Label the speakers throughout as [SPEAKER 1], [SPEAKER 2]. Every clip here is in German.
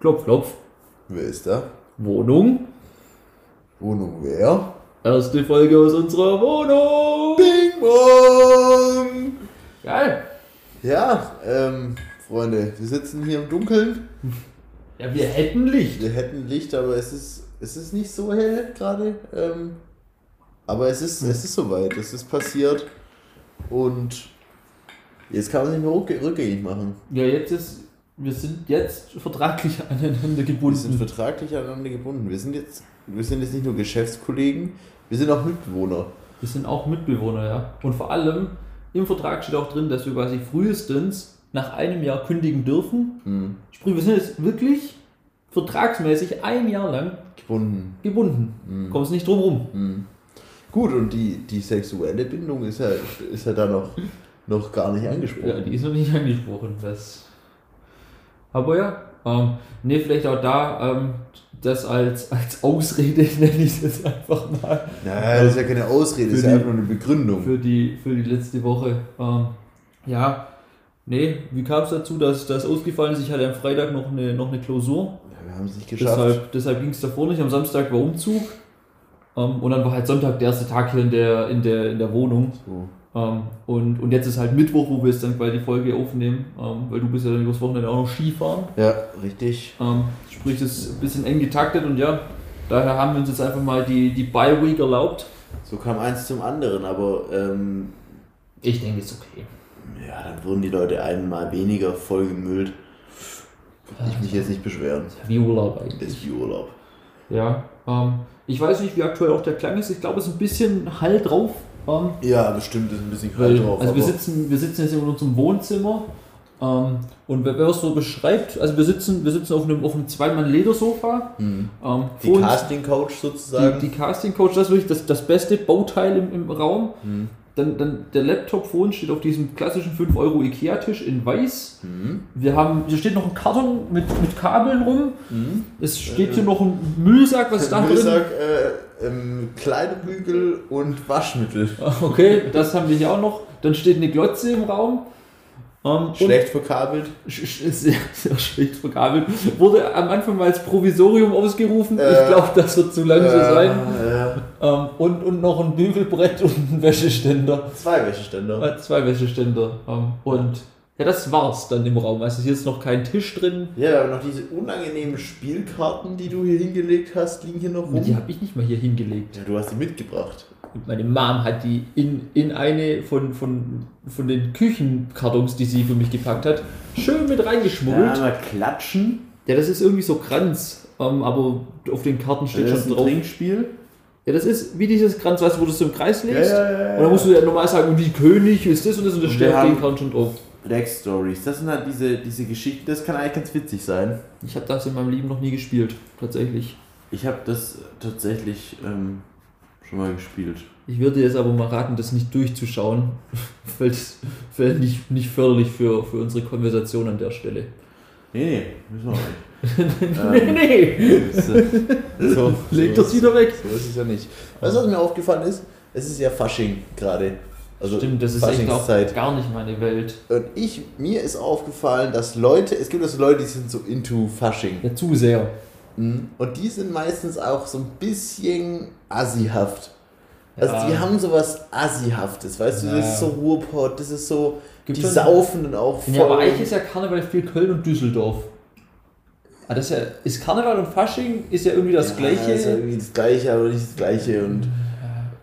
[SPEAKER 1] Klopf, klopf.
[SPEAKER 2] Wer ist da?
[SPEAKER 1] Wohnung.
[SPEAKER 2] Wohnung wer?
[SPEAKER 1] Erste Folge aus unserer Wohnung.
[SPEAKER 2] Bing Bong!
[SPEAKER 1] Geil.
[SPEAKER 2] Ja, ähm, Freunde, wir sitzen hier im Dunkeln.
[SPEAKER 1] Ja, wir hätten Licht.
[SPEAKER 2] Wir hätten Licht, aber es ist, es ist nicht so hell gerade. Ähm, aber es ist, es ist soweit, es ist passiert. Und jetzt kann man sich mehr rückgä- rückgängig machen.
[SPEAKER 1] Ja, jetzt ist. Wir sind jetzt vertraglich aneinander
[SPEAKER 2] Wir sind
[SPEAKER 1] gebunden.
[SPEAKER 2] vertraglich aneinander gebunden. Wir sind jetzt, wir sind jetzt nicht nur Geschäftskollegen, wir sind auch Mitbewohner.
[SPEAKER 1] Wir sind auch Mitbewohner, ja. Und vor allem im Vertrag steht auch drin, dass wir quasi frühestens nach einem Jahr kündigen dürfen.
[SPEAKER 2] Hm.
[SPEAKER 1] Sprich, wir sind jetzt wirklich vertragsmäßig ein Jahr lang
[SPEAKER 2] Gebunden.
[SPEAKER 1] gebunden.
[SPEAKER 2] Hm.
[SPEAKER 1] Kommst nicht drum rum.
[SPEAKER 2] Hm. Gut, und die, die sexuelle Bindung ist ja, ist ja da noch, noch gar nicht angesprochen.
[SPEAKER 1] Ja, die ist noch nicht angesprochen. Das. Aber ja, ähm, nee, vielleicht auch da ähm, das als, als Ausrede, nenne ich es jetzt einfach mal,
[SPEAKER 2] Naja, das ist ja keine Ausrede, das ist
[SPEAKER 1] Für
[SPEAKER 2] ja
[SPEAKER 1] die-
[SPEAKER 2] einfach nur eine Begründung.
[SPEAKER 1] für die, für die letzte Woche. Ähm, ja, nee, wie kam es dazu, dass das ausgefallen ist? Ich hatte am Freitag noch eine, noch eine Klausur,
[SPEAKER 2] Ja, wir haben es nicht geschafft.
[SPEAKER 1] deshalb, deshalb ging es davor nicht. Am Samstag war Umzug ähm, und dann war halt Sonntag der erste Tag hier in der, in der, in der Wohnung.
[SPEAKER 2] So.
[SPEAKER 1] Ähm, und, und jetzt ist halt Mittwoch, wo wir jetzt dann quasi die Folge aufnehmen, ähm, weil du bist ja dann übers Wochenende auch noch Skifahren.
[SPEAKER 2] Ja, richtig.
[SPEAKER 1] Ähm, sprich, es ist ein bisschen eng getaktet und ja, daher haben wir uns jetzt einfach mal die, die Bye-Week erlaubt.
[SPEAKER 2] So kam eins zum anderen, aber ähm,
[SPEAKER 1] Ich denke, ist okay.
[SPEAKER 2] ja, dann wurden die Leute einmal weniger vollgemüllt. Würde ich mich jetzt nicht beschweren.
[SPEAKER 1] Wie Urlaub
[SPEAKER 2] Das
[SPEAKER 1] eigentlich.
[SPEAKER 2] ist wie Urlaub.
[SPEAKER 1] Ja, ähm, ich weiß nicht, wie aktuell auch der Klang ist. Ich glaube, es ist ein bisschen Hall drauf. Ähm,
[SPEAKER 2] Ja, bestimmt ist ein bisschen
[SPEAKER 1] weil,
[SPEAKER 2] kalt drauf.
[SPEAKER 1] also wir
[SPEAKER 2] aber-
[SPEAKER 1] sitzen, wir sitzen jetzt in unserem Wohnzimmer. Ähm, und wer wer es so beschreibt, also wir sitzen, wir sitzen auf einem, auf einem Zweimann-Ledersofa.
[SPEAKER 2] Hm.
[SPEAKER 1] Ähm,
[SPEAKER 2] die
[SPEAKER 1] vor uns-
[SPEAKER 2] Casting-Couch sozusagen.
[SPEAKER 1] Die, die Casting Coach, das ist wirklich das, das beste Bauteil im, im Raum.
[SPEAKER 2] Hm.
[SPEAKER 1] Dann, dann der Laptop vor uns steht auf diesem klassischen 5 Euro Ikea-Tisch in weiß.
[SPEAKER 2] Hm.
[SPEAKER 1] Wir haben, hier steht noch ein Karton mit, mit Kabeln rum.
[SPEAKER 2] Hm.
[SPEAKER 1] Es steht hier noch ein Müllsack, was ist da drin?
[SPEAKER 2] Müllsack, äh, ähm, Kleidebügel und Waschmittel.
[SPEAKER 1] Okay, das haben wir hier auch noch. Dann steht eine Glotze im Raum. Ähm, und-
[SPEAKER 2] Schlecht verkabelt.
[SPEAKER 1] Sch- sch- sehr, sehr schlecht verkabelt. Wurde am Anfang mal als Provisorium ausgerufen.
[SPEAKER 2] Äh,
[SPEAKER 1] ich glaube, das wird zu lang so sein.
[SPEAKER 2] Äh,
[SPEAKER 1] Ähm, und, und noch ein Bügelbrett und ein Wäscheständer.
[SPEAKER 2] zwei Wäscheständer.
[SPEAKER 1] Äh, Zwei Wäscheständer. ähm, Und ja, das war's dann im Raum. Also hier ist noch kein Tisch drin.
[SPEAKER 2] Ja, aber noch diese unangenehmen Spielkarten, die du hier hingelegt hast, liegen hier noch rum.
[SPEAKER 1] Die habe ich nicht mal hier hingelegt.
[SPEAKER 2] Ja, du hast die mitgebracht.
[SPEAKER 1] Und meine Mom hat die in, in eine von, von, von den Küchenkartons, die sie für mich gepackt hat, schön mit reingeschmuggelt. Ja,
[SPEAKER 2] einmal klatschen.
[SPEAKER 1] das ist irgendwie so Kranz. ähm, aber auf den Karten steht
[SPEAKER 2] Das ist
[SPEAKER 1] schon
[SPEAKER 2] ein
[SPEAKER 1] drauf.
[SPEAKER 2] Trinkspiel.
[SPEAKER 1] Ja, das ist wie dieses Kranz, weißt du, wo du es im Kreis legst.
[SPEAKER 2] Ja, ja, ja, ja.
[SPEAKER 1] Und dann musst du ja normal sagen, wie König ist das und das und das
[SPEAKER 2] Und
[SPEAKER 1] steht
[SPEAKER 2] wir
[SPEAKER 1] auf den
[SPEAKER 2] haben-
[SPEAKER 1] Karten schon drauf.
[SPEAKER 2] Black Stories. Das sind halt diese, diese Geschichten. Das kann eigentlich ganz witzig sein.
[SPEAKER 1] Ich habe das in meinem Leben noch nie gespielt, tatsächlich.
[SPEAKER 2] Ich habe das tatsächlich ähm, schon mal gespielt.
[SPEAKER 1] Ich würde jetzt aber mal raten, das nicht durchzuschauen, weil das wäre nicht, nicht förderlich für, für unsere Konversation an der Stelle.
[SPEAKER 2] Nee, nee, müssen wir auch
[SPEAKER 1] Nee,
[SPEAKER 2] nicht.
[SPEAKER 1] nee,
[SPEAKER 2] ähm, ist, äh, so,
[SPEAKER 1] leg
[SPEAKER 2] so
[SPEAKER 1] das wieder weg.
[SPEAKER 2] So ist es ja nicht. Weißt du, was mir aufgefallen ist? Es ist ja Fasching gerade. Also
[SPEAKER 1] Stimmt, das ist echt auch
[SPEAKER 2] Faschingszeit.
[SPEAKER 1] gar nicht meine Welt.
[SPEAKER 2] Und ich, mir ist aufgefallen, dass Leute, es gibt ja so Leute, die sind so into Fasching.
[SPEAKER 1] Ja, zu sehr.
[SPEAKER 2] Mhm. Und die sind meistens auch so ein bisschen assihaft. Also
[SPEAKER 1] Ja.
[SPEAKER 2] die haben sowas assihaftes, weißt du, das
[SPEAKER 1] Ja.
[SPEAKER 2] ist so Ruhrpott, das ist so,
[SPEAKER 1] Gibt
[SPEAKER 2] die
[SPEAKER 1] schon-
[SPEAKER 2] saufen dann auch voll.
[SPEAKER 1] Ja, aber eigentlich ist ja Karneval viel Köln und Düsseldorf. Ah, das ist, ja, ist Karneval und Fasching ist ja irgendwie das
[SPEAKER 2] Ja, also
[SPEAKER 1] Gleiche.
[SPEAKER 2] Ist ja irgendwie das Gleiche, aber nicht das Gleiche und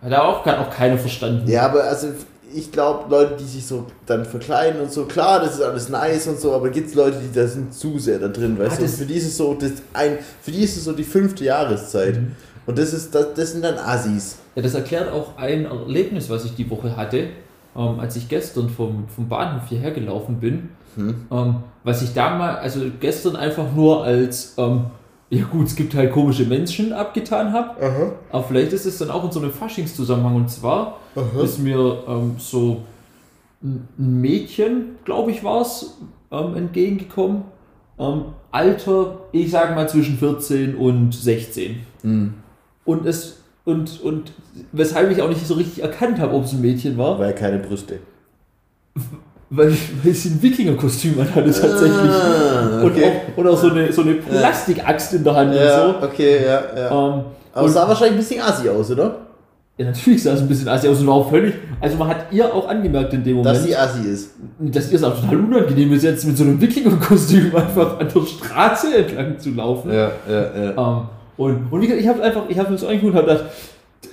[SPEAKER 1] Hat ja auch, kann auch keiner verstanden.
[SPEAKER 2] ja, aber also ich glaube, Leute, die sich so dann verkleiden und so, klar, das ist alles nice und so, aber gibt's Leute, die da sind zu sehr da drin, weißt
[SPEAKER 1] Ah,
[SPEAKER 2] du? Und
[SPEAKER 1] das-
[SPEAKER 2] Für die ist es so das ein, für die ist es so die fünfte Jahreszeit
[SPEAKER 1] Mhm.
[SPEAKER 2] und das ist das, das sind dann Assis.
[SPEAKER 1] Ja, das erklärt auch ein Erlebnis, was ich die Woche hatte, ähm, als ich gestern vom, vom Bahnhof hierher gelaufen bin.
[SPEAKER 2] Hm.
[SPEAKER 1] Ähm, was ich da mal, also gestern einfach nur als, ähm, ja gut, es gibt halt komische Menschen abgetan habe.
[SPEAKER 2] Aha.
[SPEAKER 1] Aber vielleicht ist es dann auch in so einem Faschingszusammenhang. Und zwar
[SPEAKER 2] Aha.
[SPEAKER 1] ist mir ähm, so ein ein Mädchen, glaube ich, war es, ähm, entgegengekommen. Ähm, Alter, ich sage mal zwischen 14 und 16
[SPEAKER 2] Hm.
[SPEAKER 1] und es und und weshalb ich auch nicht so richtig erkannt habe, ob es ein Mädchen war,
[SPEAKER 2] Weil keine Brüste.
[SPEAKER 1] weil, weil sie ein Wikingerkostüm anhatte tatsächlich.
[SPEAKER 2] Ah,
[SPEAKER 1] Und
[SPEAKER 2] okay.
[SPEAKER 1] auch, oder so eine, so eine Plastikaxt in der Hand
[SPEAKER 2] Ja,
[SPEAKER 1] und
[SPEAKER 2] okay, ja, ja.
[SPEAKER 1] so. Ähm,
[SPEAKER 2] Aber es
[SPEAKER 1] und,
[SPEAKER 2] sah wahrscheinlich ein bisschen assi aus, oder?
[SPEAKER 1] ja, natürlich sah es ein bisschen assi aus und war auch völlig. Also man hat ihr auch angemerkt in dem Moment,
[SPEAKER 2] Dass sie assi ist.
[SPEAKER 1] dass ihr es auch total unangenehm ist, jetzt mit so einem Wikingerkostüm einfach an der Straße entlang zu laufen.
[SPEAKER 2] Ja, ja, ja.
[SPEAKER 1] Ähm, und, und ich, ich habe einfach, ich habe mir das angeguckt und habe gedacht,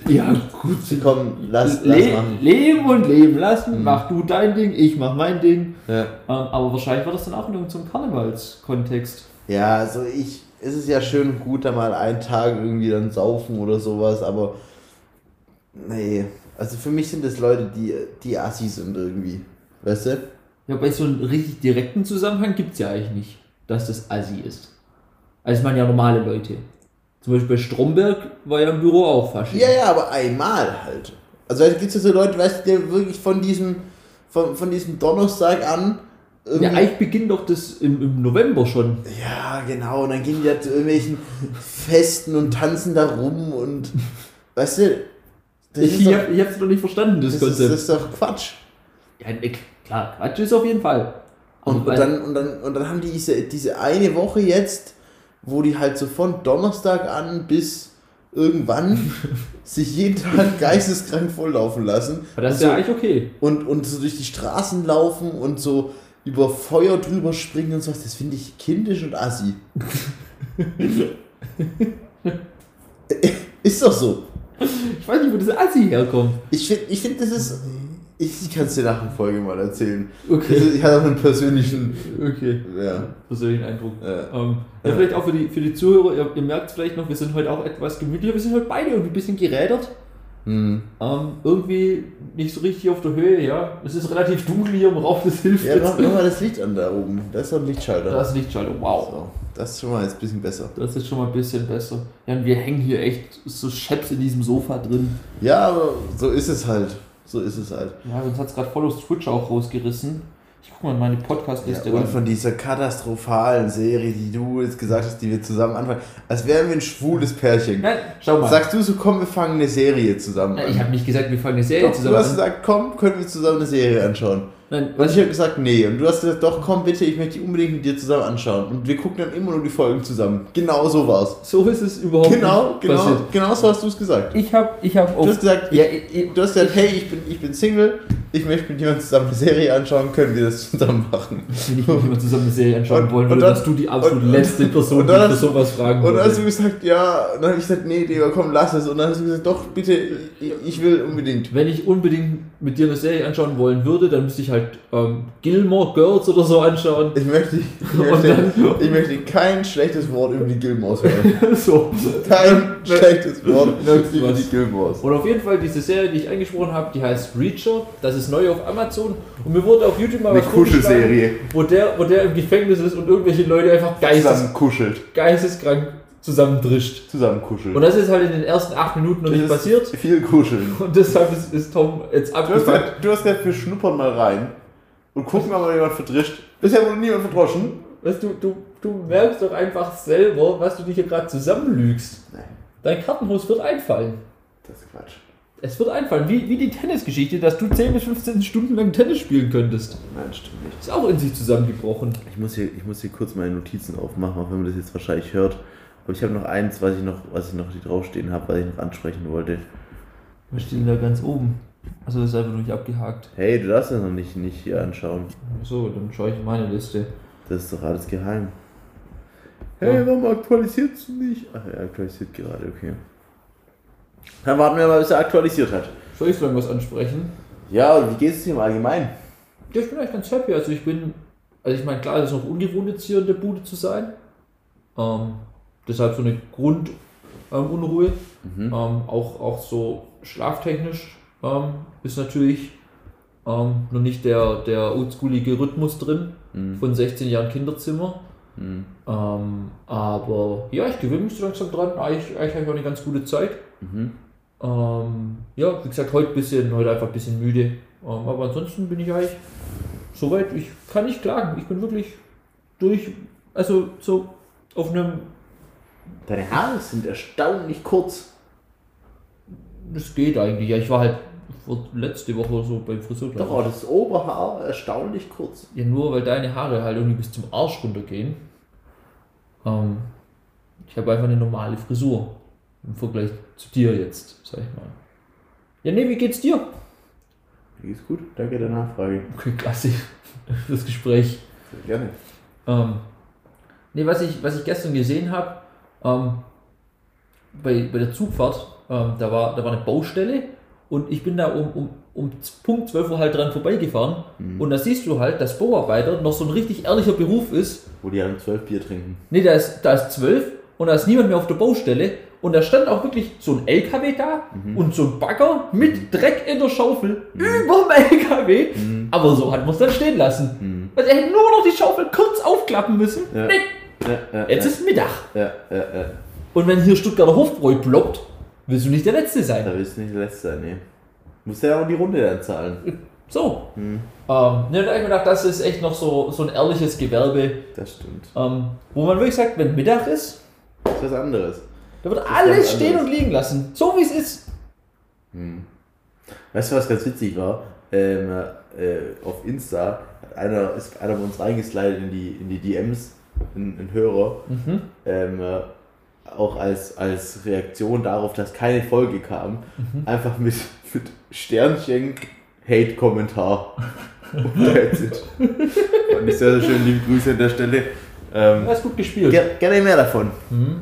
[SPEAKER 1] ja gut,
[SPEAKER 2] Sie kommen, lass, lass
[SPEAKER 1] le
[SPEAKER 2] machen.
[SPEAKER 1] leben und leben lassen,
[SPEAKER 2] Mhm.
[SPEAKER 1] mach du dein Ding, ich mach mein Ding.
[SPEAKER 2] Ja.
[SPEAKER 1] Ähm, aber wahrscheinlich war das dann auch in irgendeinem Karnevalskontext.
[SPEAKER 2] ja, also ich, es ist ja schön und gut, da mal einen Tag irgendwie dann saufen oder sowas, aber nee. Also für mich sind das Leute, die, die assi sind irgendwie. Weißt du?
[SPEAKER 1] Ja, bei so einem richtig direkten Zusammenhang gibt es ja eigentlich nicht, dass das Assi ist. Also ich meine ja normale Leute. Zum Beispiel bei Stromberg war ja im Büro auch Fasching.
[SPEAKER 2] Ja, ja, aber einmal halt. Also es gibt ja so Leute, weißt du, die wirklich von diesem, von, von diesem Donnerstag an irgendwie-
[SPEAKER 1] Ja, eigentlich beginnt doch das im, im November schon.
[SPEAKER 2] Ja, genau. Und dann gehen die da zu irgendwelchen Festen und tanzen da rum und weißt du, das ist
[SPEAKER 1] Ich,
[SPEAKER 2] doch,
[SPEAKER 1] hab, ich hab's noch nicht verstanden, das,
[SPEAKER 2] das ist,
[SPEAKER 1] Konzept.
[SPEAKER 2] das ist doch Quatsch.
[SPEAKER 1] ja, ne, klar, Quatsch ist auf jeden Fall. Aber
[SPEAKER 2] Und, und,
[SPEAKER 1] weil-
[SPEAKER 2] dann, und, dann, und dann haben die diese, diese eine Woche jetzt, wo die halt so von Donnerstag an bis irgendwann sich jeden Tag geisteskrank volllaufen lassen.
[SPEAKER 1] aber das ist
[SPEAKER 2] und,
[SPEAKER 1] ja eigentlich okay.
[SPEAKER 2] so, und, und so durch die Straßen laufen und so über Feuer drüber springen und sowas. Das finde ich kindisch und assi. ist doch so.
[SPEAKER 1] Ich weiß nicht, wo das Assi herkommt.
[SPEAKER 2] Ich finde, ich find, das ist. Ich, ich kann es dir nach der Folge mal erzählen. Das
[SPEAKER 1] Okay.
[SPEAKER 2] ist- Ich hatte auch einen persönlichen.
[SPEAKER 1] Okay.
[SPEAKER 2] Ja. äh,
[SPEAKER 1] Persönlichen Eindruck.
[SPEAKER 2] Ja.
[SPEAKER 1] Ähm, ja,
[SPEAKER 2] Ja.
[SPEAKER 1] vielleicht auch für die, für die Zuhörer, ihr, ihr merkt es vielleicht noch, wir sind heute auch etwas gemütlicher. Wir sind heute beide irgendwie ein bisschen gerädert.
[SPEAKER 2] Hm.
[SPEAKER 1] Ähm, irgendwie nicht so richtig auf der Höhe, ja. Es ist relativ dunkel hier im Raum, das hilft
[SPEAKER 2] Ja, mach,
[SPEAKER 1] jetzt.
[SPEAKER 2] mach mal das Licht an da oben. Da ist doch ein Lichtschalter.
[SPEAKER 1] Da ist Lichtschalter, wow.
[SPEAKER 2] so, das ist schon mal jetzt ein bisschen besser.
[SPEAKER 1] Das ist schon mal ein bisschen besser. Ja, und wir hängen hier echt so scheps in diesem Sofa drin.
[SPEAKER 2] Ja, aber so ist es halt. So ist es halt.
[SPEAKER 1] Ja, uns hat es gerade voll aus Twitch auch rausgerissen. Ich guck mal in meine
[SPEAKER 2] Ja,
[SPEAKER 1] Podcast-Liste
[SPEAKER 2] und
[SPEAKER 1] rein.
[SPEAKER 2] von dieser katastrophalen Serie, die du jetzt gesagt hast, die wir zusammen anfangen, als wären wir ein schwules Pärchen.
[SPEAKER 1] Nein, schau mal.
[SPEAKER 2] Sagst du so, komm, wir fangen eine Serie zusammen
[SPEAKER 1] Na,
[SPEAKER 2] an?
[SPEAKER 1] ich habe nicht gesagt, wir fangen eine Serie
[SPEAKER 2] doch,
[SPEAKER 1] zusammen
[SPEAKER 2] du hast
[SPEAKER 1] an.
[SPEAKER 2] gesagt, komm, können wir zusammen eine Serie anschauen.
[SPEAKER 1] Nein,
[SPEAKER 2] Und ich habe gesagt, nee. Und du hast gesagt, doch, komm bitte, ich möchte die unbedingt mit dir zusammen anschauen. Und wir gucken dann immer nur die Folgen zusammen. Genau so war's.
[SPEAKER 1] so ist es überhaupt
[SPEAKER 2] Genau,
[SPEAKER 1] nicht
[SPEAKER 2] genau,
[SPEAKER 1] passiert.
[SPEAKER 2] genau so hast du es gesagt.
[SPEAKER 1] Ich habe ich hab
[SPEAKER 2] Du
[SPEAKER 1] auf...
[SPEAKER 2] hast gesagt,
[SPEAKER 1] Ja, ich, ich,
[SPEAKER 2] du hast gesagt hey, Oh. ich bin, ich bin Single, ich möchte mit jemandem zusammen eine Serie anschauen, können wir das zusammen machen.
[SPEAKER 1] wenn ich mit jemand zusammen eine Serie anschauen
[SPEAKER 2] Und-
[SPEAKER 1] wollen
[SPEAKER 2] und
[SPEAKER 1] würde,
[SPEAKER 2] dann-
[SPEAKER 1] dass du die absolut
[SPEAKER 2] und- und-
[SPEAKER 1] letzte Person,
[SPEAKER 2] und
[SPEAKER 1] die
[SPEAKER 2] dann
[SPEAKER 1] für
[SPEAKER 2] hast-
[SPEAKER 1] sowas fragen
[SPEAKER 2] Und dann hast
[SPEAKER 1] würde.
[SPEAKER 2] du gesagt, ja, und dann habe ich gesagt, nee, Digga, komm, lass es. Und dann hast du gesagt, doch, bitte, ich, ich will unbedingt.
[SPEAKER 1] Wenn ich unbedingt mit dir eine Serie anschauen wollen würde, dann müsste ich halt ähm, Gilmore Girls oder so anschauen.
[SPEAKER 2] Ich möchte, ich
[SPEAKER 1] Und
[SPEAKER 2] möchte,
[SPEAKER 1] dann-
[SPEAKER 2] ich möchte kein schlechtes Wort über die Gilmores hören.
[SPEAKER 1] so.
[SPEAKER 2] Kein schlechtes Wort
[SPEAKER 1] Nirgends
[SPEAKER 2] über
[SPEAKER 1] was.
[SPEAKER 2] die Gilmores.
[SPEAKER 1] Und auf jeden Fall diese Serie, die ich angesprochen habe, die heißt Reacher. Das ist neu auf Amazon. Und mir wurde auf YouTube mal
[SPEAKER 2] Eine
[SPEAKER 1] was vorgeschlagen,
[SPEAKER 2] Kuschelserie.
[SPEAKER 1] wo der, wo der im Gefängnis ist und irgendwelche Leute einfach geistes,
[SPEAKER 2] Zusammen kuschelt.
[SPEAKER 1] geisteskrank zusammendrischt.
[SPEAKER 2] Zusammen kuschelt.
[SPEAKER 1] Und das ist halt in den ersten acht Minuten noch nicht
[SPEAKER 2] Das ist
[SPEAKER 1] passiert.
[SPEAKER 2] Viel kuscheln.
[SPEAKER 1] Und deshalb ist, ist Tom jetzt
[SPEAKER 2] Du hast,
[SPEAKER 1] abgefuckt.
[SPEAKER 2] gesagt, du hast gesagt, wir schnuppern mal rein und gucken, ob mal jemand verdrischt. Bisher wurde niemand verdroschen.
[SPEAKER 1] Weißt du, du, du merkst doch einfach selber, was du dich hier gerade zusammenlügst.
[SPEAKER 2] Nein,
[SPEAKER 1] Dein Kartenhaus wird einfallen.
[SPEAKER 2] das ist Quatsch.
[SPEAKER 1] Es wird einfallen, wie, wie die Tennisgeschichte, dass du 10 bis 15 Stunden lang Tennis spielen könntest.
[SPEAKER 2] Nein, stimmt nicht.
[SPEAKER 1] Ist auch in sich zusammengebrochen.
[SPEAKER 2] Ich muss hier, ich muss hier kurz meine Notizen aufmachen, auch wenn man das jetzt wahrscheinlich hört. Aber ich habe noch eins, was ich noch, was ich noch hier draufstehen habe, was ich noch ansprechen wollte.
[SPEAKER 1] Wir stehen da ganz oben. Also das ist einfach noch nicht abgehakt.
[SPEAKER 2] Hey, du darfst das noch nicht, nicht hier anschauen.
[SPEAKER 1] So, dann schaue ich in meine Liste.
[SPEAKER 2] Das ist doch alles geheim.
[SPEAKER 1] Ja.
[SPEAKER 2] warum aktualisiert's nicht? Ach, er aktualisiert gerade, okay. Dann warten wir mal, bis er aktualisiert hat.
[SPEAKER 1] Soll ich so lange was ansprechen?
[SPEAKER 2] Ja, und wie geht's dir im Allgemeinen?
[SPEAKER 1] Ja, ich bin eigentlich ganz happy. Also ich bin, also ich meine, klar, es ist noch ungewohnt jetzt hier in der Bude zu sein. Ähm, deshalb so eine Grundunruhe. Ähm, Unruhe.
[SPEAKER 2] Mhm.
[SPEAKER 1] Ähm, auch, auch so schlaftechnisch ähm, ist natürlich ähm, noch nicht der, der oldschoolige Rhythmus drin
[SPEAKER 2] Mhm.
[SPEAKER 1] von 16 Jahren Kinderzimmer.
[SPEAKER 2] Mhm.
[SPEAKER 1] Ähm, aber ja, ich gewöhne mich so langsam dran. Eigentlich, eigentlich habe ich auch eine ganz gute Zeit.
[SPEAKER 2] Mhm.
[SPEAKER 1] Ähm, ja, wie gesagt, heute, bisschen, heute einfach ein bisschen müde. Ähm, aber ansonsten bin ich eigentlich soweit, ich kann nicht klagen. Ich bin wirklich durch, also so auf einem,
[SPEAKER 2] Deine Haare sind erstaunlich kurz.
[SPEAKER 1] das geht eigentlich. Ja, ich war halt vor- letzte Woche oder so beim Friseur, glaub
[SPEAKER 2] Doch, aber das Oberhaar erstaunlich kurz.
[SPEAKER 1] Ja, nur weil deine Haare halt irgendwie bis zum Arsch runtergehen. Ähm, ich habe einfach eine normale Frisur. Im Vergleich zu dir jetzt, sag ich mal. Ja, nee, wie geht's dir?
[SPEAKER 2] Ist gut, danke der Nachfrage.
[SPEAKER 1] Okay, klasse. Das Gespräch.
[SPEAKER 2] Sehr gerne.
[SPEAKER 1] Ähm, nee, was ich, was ich gestern gesehen habe, ähm, bei, bei der Zugfahrt, ähm, da, war, da war eine Baustelle und ich bin da um, um, um Punkt 12 Uhr halt dran vorbeigefahren
[SPEAKER 2] Mhm.
[SPEAKER 1] und da siehst du halt, dass Bauarbeiter noch so ein richtig ehrlicher Beruf ist.
[SPEAKER 2] Wo die alle zwölf Bier trinken.
[SPEAKER 1] Nee, da ist, da ist 12 und da ist niemand mehr auf der Baustelle und da stand auch wirklich so ein LKW da
[SPEAKER 2] Mhm.
[SPEAKER 1] und so ein Bagger mit Dreck in der Schaufel über dem LKW, aber so hat man es dann stehen lassen.
[SPEAKER 2] Mhm.
[SPEAKER 1] Also er hätte nur noch die Schaufel kurz aufklappen müssen.
[SPEAKER 2] Ja.
[SPEAKER 1] Nee,
[SPEAKER 2] Ja, ja,
[SPEAKER 1] jetzt ist Mittag.
[SPEAKER 2] ja, ja, ja.
[SPEAKER 1] Und wenn hier Stuttgarter Hofbräu ploppt, willst du nicht der Letzte sein.
[SPEAKER 2] Da willst du nicht der Letzte sein, nee. Musst ja auch die Runde dann zahlen.
[SPEAKER 1] So.
[SPEAKER 2] Mhm.
[SPEAKER 1] Ähm, ne, da habe ich mir gedacht, das ist echt noch so, so ein ehrliches Gewerbe,
[SPEAKER 2] Das stimmt.
[SPEAKER 1] ähm, wo man wirklich sagt, wenn Mittag ist,
[SPEAKER 2] Das ist was anderes.
[SPEAKER 1] da wird
[SPEAKER 2] ist
[SPEAKER 1] alles
[SPEAKER 2] ganz
[SPEAKER 1] stehen
[SPEAKER 2] anders.
[SPEAKER 1] und liegen lassen. So wie es ist.
[SPEAKER 2] Weißt du, was ganz witzig war? Ähm, äh, auf Insta hat einer, ist einer von uns reingeslidet in die, in die DMs, ein, ein Hörer, ähm, äh, auch als, als Reaktion darauf, dass keine Folge kam,
[SPEAKER 1] Mhm.
[SPEAKER 2] einfach mit, mit Sternchen Hate-Kommentar. Und that's it. Fand ich sehr, sehr schön. Liebe Grüße an der Stelle. Ähm,
[SPEAKER 1] Das ist gut gespielt. Mhm.
[SPEAKER 2] ger gerne mehr davon.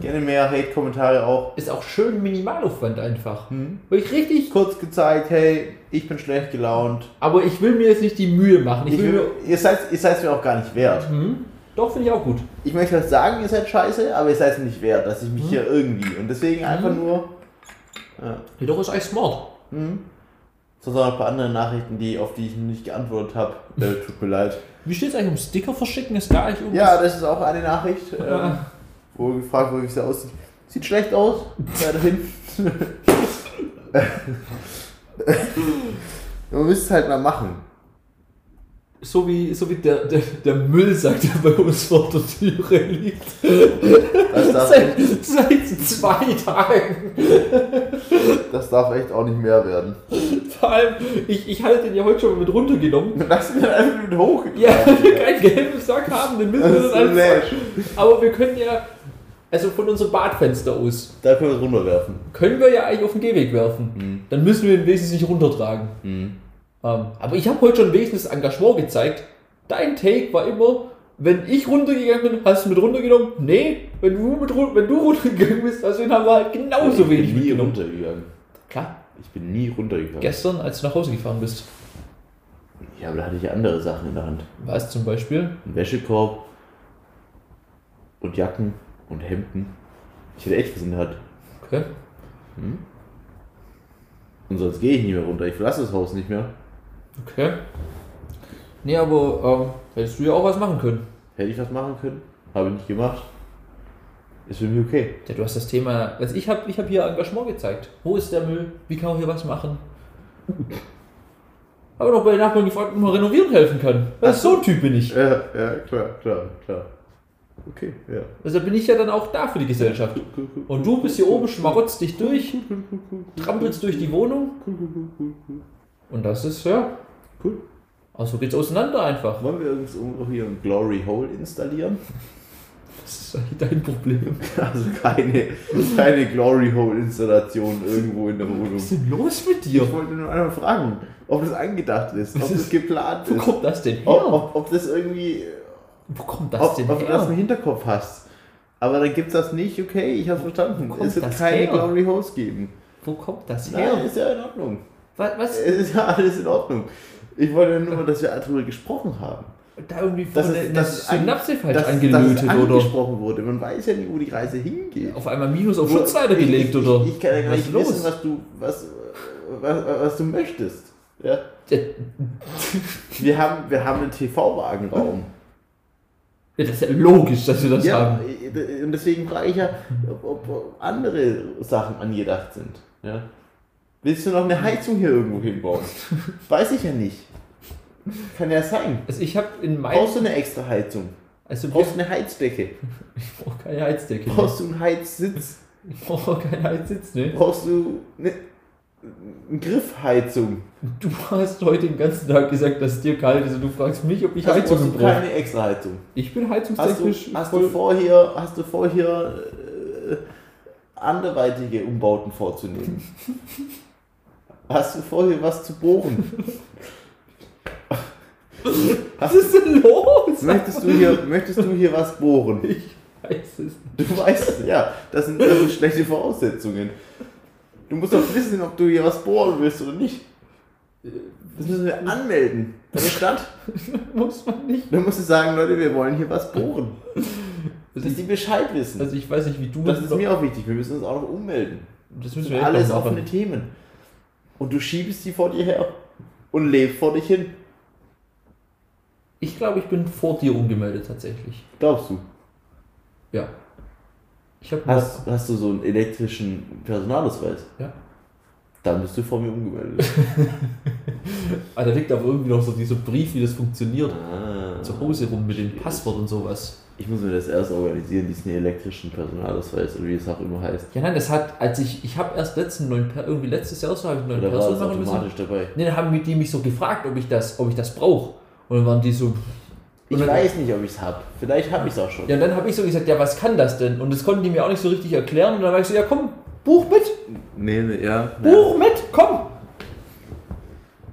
[SPEAKER 2] Gerne mehr Hate-Kommentare auch.
[SPEAKER 1] Ist auch schön Minimalaufwand einfach. Wirklich richtig.
[SPEAKER 2] Kurz gezeigt, hey, ich bin schlecht gelaunt.
[SPEAKER 1] Aber ich will mir jetzt nicht die Mühe machen. Ich,
[SPEAKER 2] Ich
[SPEAKER 1] will
[SPEAKER 2] will, ihr seid ihr seid's mir auch gar nicht wert.
[SPEAKER 1] mir. Hm? Doch, finde ich auch gut.
[SPEAKER 2] Ich möchte das sagen, ihr seid scheiße, aber ihr seid es mir nicht wert, dass ich
[SPEAKER 1] Mhm.
[SPEAKER 2] mich hier irgendwie. Und deswegen einfach nur
[SPEAKER 1] Ja, doch, ist eigentlich smart.
[SPEAKER 2] Hm? zu so ein paar anderen Nachrichten, die, auf die ich nicht geantwortet habe. Äh, tut mir leid.
[SPEAKER 1] Wie steht es eigentlich um Sticker verschicken? Ist da eigentlich irgendwas?
[SPEAKER 2] Ja, das ist auch eine Nachricht, ähm,
[SPEAKER 1] Ja.
[SPEAKER 2] wo gefragt wurde, wie es da aussieht. Sieht schlecht aus, weiterhin. Man müsste es halt mal machen.
[SPEAKER 1] So wie, so wie der, der, der Müllsack, der bei uns vor der Türe liegt.
[SPEAKER 2] Das darf,
[SPEAKER 1] Seit, seit zwei Tagen.
[SPEAKER 2] das darf echt auch nicht mehr werden.
[SPEAKER 1] Vor allem, ich, ich hatte den ja heute schon mit runtergenommen.
[SPEAKER 2] Lass mir einfach mit hoch.
[SPEAKER 1] Ja, wenn wir keinen gelben Sack haben, dann müssen wir
[SPEAKER 2] Das
[SPEAKER 1] das
[SPEAKER 2] ist
[SPEAKER 1] alles.
[SPEAKER 2] Mensch.
[SPEAKER 1] Aber wir können ja, also von unserem Badfenster aus,
[SPEAKER 2] Da können wir es runterwerfen.
[SPEAKER 1] können wir ja eigentlich auf den Gehweg werfen.
[SPEAKER 2] Mhm.
[SPEAKER 1] Dann müssen wir ihn wenigstens nicht runtertragen. Ähm, aber ich habe heute schon wenigstens Engagement gezeigt. Dein Take war immer, wenn ich runtergegangen bin, hast du mit runtergenommen? Nee, wenn du, mit, run- wenn du runtergegangen bist, hast du ihn aber halt genauso
[SPEAKER 2] ich
[SPEAKER 1] wenig
[SPEAKER 2] bin nie
[SPEAKER 1] mitgenommen.
[SPEAKER 2] runtergegangen.
[SPEAKER 1] Klar,
[SPEAKER 2] Ich bin nie runtergegangen.
[SPEAKER 1] gestern, als du nach Hause gefahren bist,
[SPEAKER 2] Ja, aber da hatte ich ja andere Sachen in der Hand.
[SPEAKER 1] war es zum Beispiel,
[SPEAKER 2] Ein Wäschekorb und Jacken und Hemden. Ich hätte echt was in der Hand.
[SPEAKER 1] okay,
[SPEAKER 2] Und sonst gehe ich nie mehr runter. Ich verlasse das Haus nicht mehr.
[SPEAKER 1] okay. Nee, aber ähm, hättest du ja auch was machen können.
[SPEAKER 2] Hätte ich was machen können? Habe ich nicht gemacht. Ist für mich okay.
[SPEAKER 1] Ja, du hast das Thema, also ich habe ich hab hier Engagement gezeigt. Wo ist der Müll? Wie kann man hier was machen? Habe noch bei den Nachbarn gefragt, ob man renovieren helfen kann. Das ist so ein Typ bin ich.
[SPEAKER 2] Ja, ja, klar, klar, klar. Okay, ja.
[SPEAKER 1] Also bin ich ja dann auch da für die Gesellschaft. Und du bist hier oben, schmarotzt dich durch, trampelst durch die Wohnung. Und das ist, ja,
[SPEAKER 2] Cool.
[SPEAKER 1] also geht's auseinander einfach.
[SPEAKER 2] Wollen wir uns irgendwo hier ein Glory Hole installieren?
[SPEAKER 1] Das ist eigentlich dein Problem.
[SPEAKER 2] Also keine, keine Glory Hole Installation irgendwo in der Wohnung.
[SPEAKER 1] Was ist denn los mit dir?
[SPEAKER 2] Ich wollte nur einmal fragen, ob das angedacht ist, ob
[SPEAKER 1] Das
[SPEAKER 2] das
[SPEAKER 1] ist-
[SPEAKER 2] geplant
[SPEAKER 1] Wo
[SPEAKER 2] ist, ob,
[SPEAKER 1] kommt das denn her?
[SPEAKER 2] ob, ob das irgendwie,
[SPEAKER 1] Wo kommt das
[SPEAKER 2] ob,
[SPEAKER 1] denn
[SPEAKER 2] ob du das im
[SPEAKER 1] her?
[SPEAKER 2] Hinterkopf hast. Aber dann gibt's das nicht, okay, ich hab's verstanden.
[SPEAKER 1] kommt
[SPEAKER 2] Es wird
[SPEAKER 1] das
[SPEAKER 2] keine
[SPEAKER 1] her?
[SPEAKER 2] Glory Holes geben.
[SPEAKER 1] Wo kommt das
[SPEAKER 2] Nein,
[SPEAKER 1] her?
[SPEAKER 2] ist ja in Ordnung.
[SPEAKER 1] Was?
[SPEAKER 2] Es
[SPEAKER 1] was?
[SPEAKER 2] ist ja alles in Ordnung. Ich wollte nur, dass wir darüber gesprochen haben.
[SPEAKER 1] Da irgendwie
[SPEAKER 2] Dass
[SPEAKER 1] vorne
[SPEAKER 2] es-
[SPEAKER 1] eine
[SPEAKER 2] dass es an-
[SPEAKER 1] Synapse falsch
[SPEAKER 2] Dass, dass es
[SPEAKER 1] angelötet oder?
[SPEAKER 2] angesprochen wurde. Man weiß ja nie, wo die Reise hingeht.
[SPEAKER 1] auf einmal Minus auf Schutzleiter
[SPEAKER 2] Ich- ich-
[SPEAKER 1] gelegt
[SPEAKER 2] ich,
[SPEAKER 1] oder?
[SPEAKER 2] Ich, ich kann ja gar
[SPEAKER 1] Was
[SPEAKER 2] nicht
[SPEAKER 1] ist los?
[SPEAKER 2] wissen, was du, was, was, was du möchtest. Ja?
[SPEAKER 1] Ja,
[SPEAKER 2] Wir haben, wir haben einen TV-Wagenraum.
[SPEAKER 1] Das ist ja logisch, dass wir das
[SPEAKER 2] Ja,
[SPEAKER 1] haben.
[SPEAKER 2] äh, und deswegen frage ich ja, ob, ob andere Sachen angedacht sind. Ja. Willst du noch eine Heizung hier irgendwo hinbauen? Weiß ich ja nicht. Kann ja sein.
[SPEAKER 1] Also ich habe in meinem,
[SPEAKER 2] Brauchst du eine extra Heizung?
[SPEAKER 1] also wir,
[SPEAKER 2] Brauchst du eine Heizdecke?
[SPEAKER 1] ich brauche keine Heizdecke. ne?
[SPEAKER 2] Brauchst du einen Heizsitz?
[SPEAKER 1] Ich brauche keine Heizsitz, ne?
[SPEAKER 2] Brauchst du eine Griffheizung.
[SPEAKER 1] Du hast heute den ganzen Tag gesagt, dass es dir kalt ist und du fragst mich, ob ich Heizungen
[SPEAKER 2] Also du
[SPEAKER 1] brauche.
[SPEAKER 2] keine extra Heizung.
[SPEAKER 1] Ich bin
[SPEAKER 2] Hast du,
[SPEAKER 1] heizungstechnisch
[SPEAKER 2] hast du
[SPEAKER 1] voll-
[SPEAKER 2] vorher, hast du vorher äh, anderweitige Umbauten vorzunehmen? hast du vorher was zu bohren?
[SPEAKER 1] Was ist denn los?
[SPEAKER 2] möchtest, du hier, möchtest du hier was bohren?
[SPEAKER 1] Ich weiß es nicht.
[SPEAKER 2] Du weißt, ja, das sind, das sind schlechte Voraussetzungen. Du musst doch wissen, ob du hier was bohren willst oder nicht. Das müssen wir anmelden. Bei der Stadt.
[SPEAKER 1] Muss man nicht.
[SPEAKER 2] Dann musst du sagen, Leute, wir wollen hier was bohren.
[SPEAKER 1] Also
[SPEAKER 2] Dass die
[SPEAKER 1] ich,
[SPEAKER 2] Bescheid wissen.
[SPEAKER 1] also ich weiß nicht, wie du
[SPEAKER 2] Das ist
[SPEAKER 1] noch-
[SPEAKER 2] mir auch wichtig. Wir müssen uns auch noch ummelden.
[SPEAKER 1] das müssen wir echt
[SPEAKER 2] Alles
[SPEAKER 1] noch
[SPEAKER 2] offene
[SPEAKER 1] machen.
[SPEAKER 2] Themen. Und du schiebst die vor dir her und lebst vor dich hin.
[SPEAKER 1] Ich glaube, ich bin vor dir ungemeldet tatsächlich.
[SPEAKER 2] Glaubst du?
[SPEAKER 1] Ja. Ich habe
[SPEAKER 2] Hast, hast du so einen elektrischen Personalausweis?
[SPEAKER 1] Ja.
[SPEAKER 2] Dann bist du vor mir umgemeldet.
[SPEAKER 1] Ah, da liegt aber irgendwie noch so dieser Brief, wie das funktioniert.
[SPEAKER 2] ah.
[SPEAKER 1] Zur Hose rum mit dem Passwort und sowas.
[SPEAKER 2] Ich muss mir das erst organisieren, diesen elektrischen Personalausweis oder wie es auch immer heißt.
[SPEAKER 1] Ja, nein, das hat, als ich, ich habe erst letzten neuen, Per- irgendwie letztes Jahr so habe ich einen neuen
[SPEAKER 2] Oder war
[SPEAKER 1] Perso
[SPEAKER 2] es
[SPEAKER 1] machen müssen.
[SPEAKER 2] automatisch dabei?
[SPEAKER 1] Nee, dann haben die mich so gefragt, ob ich das, ob ich das brauche. Und dann waren die so,
[SPEAKER 2] Ich
[SPEAKER 1] Oder-
[SPEAKER 2] weiß nicht, ob ich es habe. Vielleicht habe ich es auch schon.
[SPEAKER 1] ja, und dann habe ich so gesagt, ja, was kann das denn? Und das konnten die mir auch nicht so richtig erklären. Und dann war ich so, ja, komm, buch mit,
[SPEAKER 2] Nee, nee, ja.
[SPEAKER 1] buch mit, komm.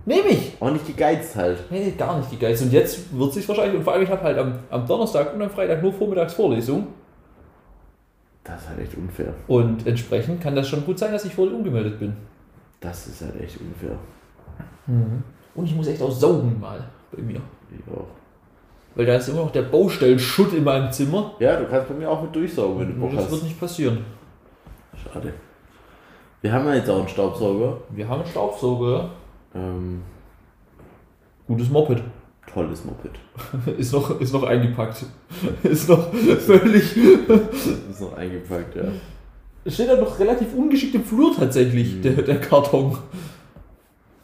[SPEAKER 1] Nehme ich.
[SPEAKER 2] Auch nicht gegeizt halt.
[SPEAKER 1] Nee, gar nicht gegeizt. Und jetzt wird sich wahrscheinlich, und vor allem ich habe halt am, am Donnerstag und am Freitag nur vormittags Vorlesung.
[SPEAKER 2] Das ist halt echt unfair.
[SPEAKER 1] Und entsprechend kann das schon gut sein, dass ich vorher ungemeldet bin.
[SPEAKER 2] Das ist halt echt unfair.
[SPEAKER 1] Und ich muss echt auch saugen mal bei mir.
[SPEAKER 2] Ich auch.
[SPEAKER 1] Weil da ist immer noch der Baustellenschutt in meinem Zimmer.
[SPEAKER 2] Ja, du kannst bei mir auch mit durchsaugen, wenn du
[SPEAKER 1] Und
[SPEAKER 2] Bock
[SPEAKER 1] das wird
[SPEAKER 2] hast.
[SPEAKER 1] nicht passieren.
[SPEAKER 2] Schade. Wir haben ja jetzt auch einen Staubsauger.
[SPEAKER 1] Wir haben einen Staubsauger.
[SPEAKER 2] Ähm,
[SPEAKER 1] Gutes Moped.
[SPEAKER 2] tolles Moped.
[SPEAKER 1] Ist noch, ist noch eingepackt. Ist noch völlig.
[SPEAKER 2] Das ist noch eingepackt, ja.
[SPEAKER 1] Steht da noch relativ ungeschickt im Flur
[SPEAKER 2] Mhm.
[SPEAKER 1] tatsächlich, der, der Karton.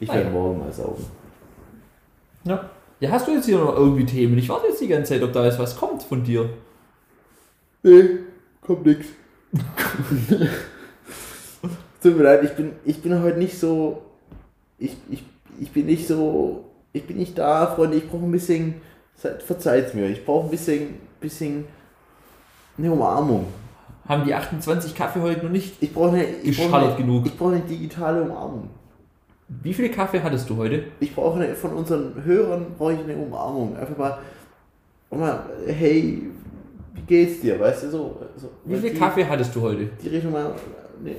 [SPEAKER 2] Ich
[SPEAKER 1] Ah,
[SPEAKER 2] werde
[SPEAKER 1] ja.
[SPEAKER 2] morgen mal saugen.
[SPEAKER 1] Ja. Ja, hast du jetzt hier noch irgendwie Themen? Ich warte jetzt die ganze Zeit, ob da jetzt was kommt von dir.
[SPEAKER 2] Nee, kommt nix. Tut mir leid, ich bin, ich bin heute nicht so. Ich, ich, ich bin nicht so. Ich bin nicht da, Freunde. Ich brauche ein bisschen. Seid- Verzeiht mir. Ich brauche ein bisschen. bisschen eine Umarmung.
[SPEAKER 1] Haben die 28 Kaffee heute noch nicht?
[SPEAKER 2] Ich brauche eine. Ich brauche
[SPEAKER 1] Geschallert
[SPEAKER 2] eine,
[SPEAKER 1] genug.
[SPEAKER 2] Ich brauche eine digitale Umarmung.
[SPEAKER 1] Wie viele Kaffee hattest du heute?
[SPEAKER 2] Ich brauche eine, von unseren Hörern brauche ich eine Umarmung. Einfach mal. mal hey, wie geht's dir? Weißt du so. so
[SPEAKER 1] Wie viel
[SPEAKER 2] die-
[SPEAKER 1] Kaffee hattest du heute?
[SPEAKER 2] die Richtung mal ne,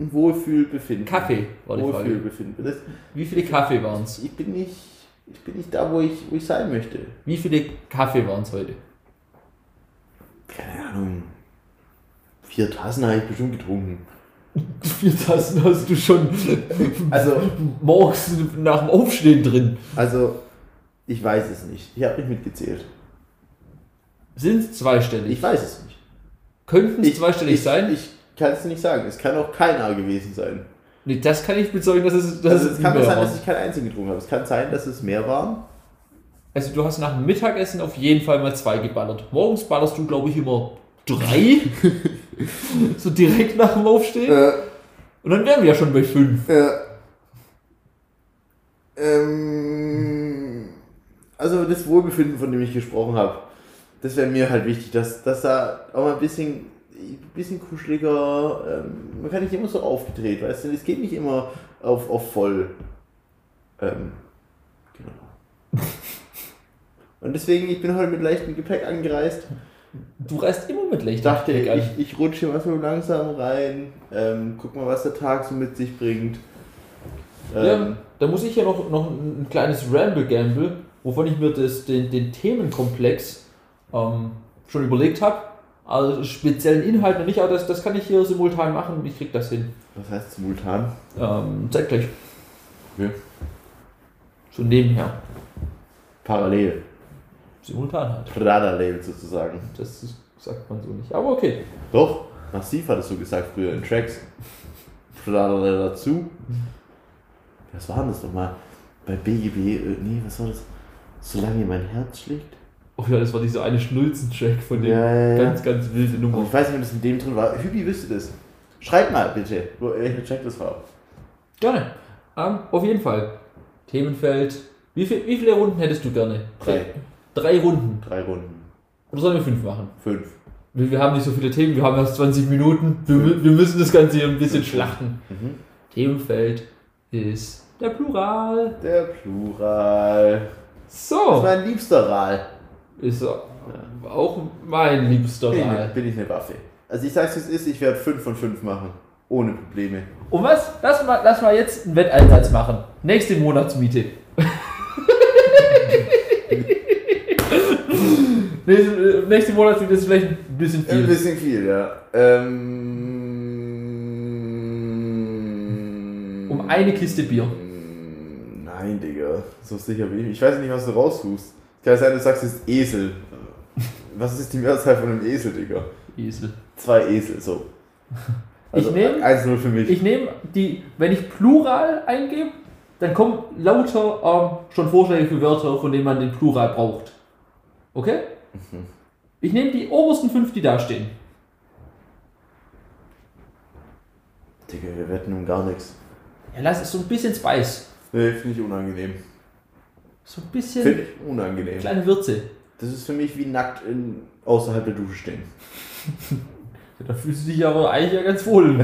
[SPEAKER 2] ein Wohlfühlbefinden.
[SPEAKER 1] Kaffee war die Frage.
[SPEAKER 2] Wohlfühlbefinden. Das,
[SPEAKER 1] Wie viele Kaffee waren es?
[SPEAKER 2] ich bin nicht, ich bin nicht da, wo ich, wo ich sein möchte.
[SPEAKER 1] Wie viele Kaffee waren es heute?
[SPEAKER 2] Keine Ahnung. Vier Tassen habe ich bestimmt getrunken.
[SPEAKER 1] Vier Tassen hast du schon
[SPEAKER 2] Also,
[SPEAKER 1] morgens nach dem Aufstehen drin.
[SPEAKER 2] also ich weiß es nicht. Ich habe nicht mitgezählt.
[SPEAKER 1] Sind es zweistellig?
[SPEAKER 2] Ich weiß es nicht.
[SPEAKER 1] Könnten es
[SPEAKER 2] Ich,
[SPEAKER 1] zweistellig
[SPEAKER 2] ich,
[SPEAKER 1] sein?
[SPEAKER 2] Ich kann es nicht sagen. Es kann auch keiner gewesen sein.
[SPEAKER 1] nee, das kann ich bezeugen, dass es, dass
[SPEAKER 2] Also
[SPEAKER 1] es
[SPEAKER 2] es kann
[SPEAKER 1] mehr
[SPEAKER 2] auch sein,
[SPEAKER 1] war.
[SPEAKER 2] dass ich keinen einzigen getrunken habe. Es kann sein, dass es mehr waren.
[SPEAKER 1] Also du hast nach dem Mittagessen auf jeden Fall mal zwei geballert. Morgens ballerst du, glaube ich, immer drei. so direkt nach dem Aufstehen.
[SPEAKER 2] Äh,
[SPEAKER 1] Und dann wären wir ja schon bei fünf.
[SPEAKER 2] Ja. Ähm, also das Wohlbefinden, von dem ich gesprochen habe, das wäre mir halt wichtig, dass, dass da auch mal ein bisschen, ein bisschen kuscheliger, ähm, man kann nicht immer so aufgedreht, weißt du, es geht nicht immer auf, auf voll. Ähm, genau. Und deswegen, ich bin heute mit leichtem Gepäck angereist.
[SPEAKER 1] Du reist immer mit
[SPEAKER 2] Ich
[SPEAKER 1] Licht.
[SPEAKER 2] dachte, ich, ich rutsche mal so langsam rein, ähm, guck mal, was der Tag so mit sich bringt. Ähm,
[SPEAKER 1] Ja, da muss ich ja noch, noch ein ein kleines Ramble-Gamble, wovon ich mir das, den, den Themenkomplex ähm, schon überlegt habe. Also speziellen Inhalt noch nicht, aber das, das kann ich hier simultan machen. Ich krieg das hin.
[SPEAKER 2] Was heißt simultan?
[SPEAKER 1] Ähm, zeitgleich.
[SPEAKER 2] Ja.
[SPEAKER 1] So nebenher.
[SPEAKER 2] Parallel.
[SPEAKER 1] Simultan halt.
[SPEAKER 2] Parallel sozusagen.
[SPEAKER 1] Das ist, sagt man so nicht. Aber okay.
[SPEAKER 2] Doch, massiv hattest du gesagt früher in Tracks. Parallel dazu. Was war denn das nochmal? Bei BGB, äh, nee, was war das? Solange mein Herz schlägt?
[SPEAKER 1] Oh ja, das war diese eine Schnulzen-Track von dem.
[SPEAKER 2] Ja, ja, ja.
[SPEAKER 1] Ganz, ganz wilde
[SPEAKER 2] Aber
[SPEAKER 1] Nummer.
[SPEAKER 2] ich weiß nicht, ob äh, das in dem drin war. Hübi wüsste das. Schreibt mal bitte, wo- welcher Track das war.
[SPEAKER 1] Gerne. Ähm, auf jeden Fall. Themenfeld. Wie, viel, wie viele Runden hättest du gerne?
[SPEAKER 2] Drei.
[SPEAKER 1] Drei Runden.
[SPEAKER 2] Drei Runden.
[SPEAKER 1] Oder sollen wir fünf machen?
[SPEAKER 2] Fünf.
[SPEAKER 1] Wir, wir haben nicht so viele Themen, wir haben erst 20 Minuten. Wir, mü- wir müssen das Ganze hier ein bisschen schlachten.
[SPEAKER 2] Mhm.
[SPEAKER 1] Themenfeld ist der Plural.
[SPEAKER 2] Der Plural. Das ist
[SPEAKER 1] So.
[SPEAKER 2] mein liebster Ral.
[SPEAKER 1] Ist auch mein liebster
[SPEAKER 2] Bin,
[SPEAKER 1] Wahl.
[SPEAKER 2] ich- bin ich eine Waffe. Also ich sag's, wie es ist, ich werde fünf von fünf machen. Ohne Probleme.
[SPEAKER 1] Und was? Lass mal, lass mal jetzt einen Wetteinsatz machen. Nächste Monatsmiete. nächste, äh, nächste Monatsmiete ist vielleicht ein bisschen
[SPEAKER 2] Ein
[SPEAKER 1] viel.
[SPEAKER 2] bisschen viel, ja. Ähm,
[SPEAKER 1] Um eine Kiste Bier.
[SPEAKER 2] Nein, Digga. So sicher wie ich. Ich weiß nicht, was du raussuchst. Es kann sein, du sagst jetzt Esel. Was ist die Mehrzahl von einem Esel, Digga?
[SPEAKER 1] Esel.
[SPEAKER 2] Zwei Esel, so.
[SPEAKER 1] Ich nehm-
[SPEAKER 2] 1-0 für mich.
[SPEAKER 1] Ich nehme die, wenn ich Plural eingebe, dann kommen lauter ähm, schon Vorschläge für Wörter, von denen man den Plural braucht. Okay?
[SPEAKER 2] Mhm.
[SPEAKER 1] Ich nehme die obersten fünf, die da stehen.
[SPEAKER 2] Digga, wir wetten um gar nichts.
[SPEAKER 1] Ja, lass es so ein bisschen Spice.
[SPEAKER 2] Nee, finde ich unangenehm.
[SPEAKER 1] So ein bisschen
[SPEAKER 2] Finde ich unangenehm.
[SPEAKER 1] kleine Würze.
[SPEAKER 2] Das ist für mich wie nackt in, außerhalb der Dusche stehen.
[SPEAKER 1] Da fühlst du dich aber eigentlich ja ganz wohl.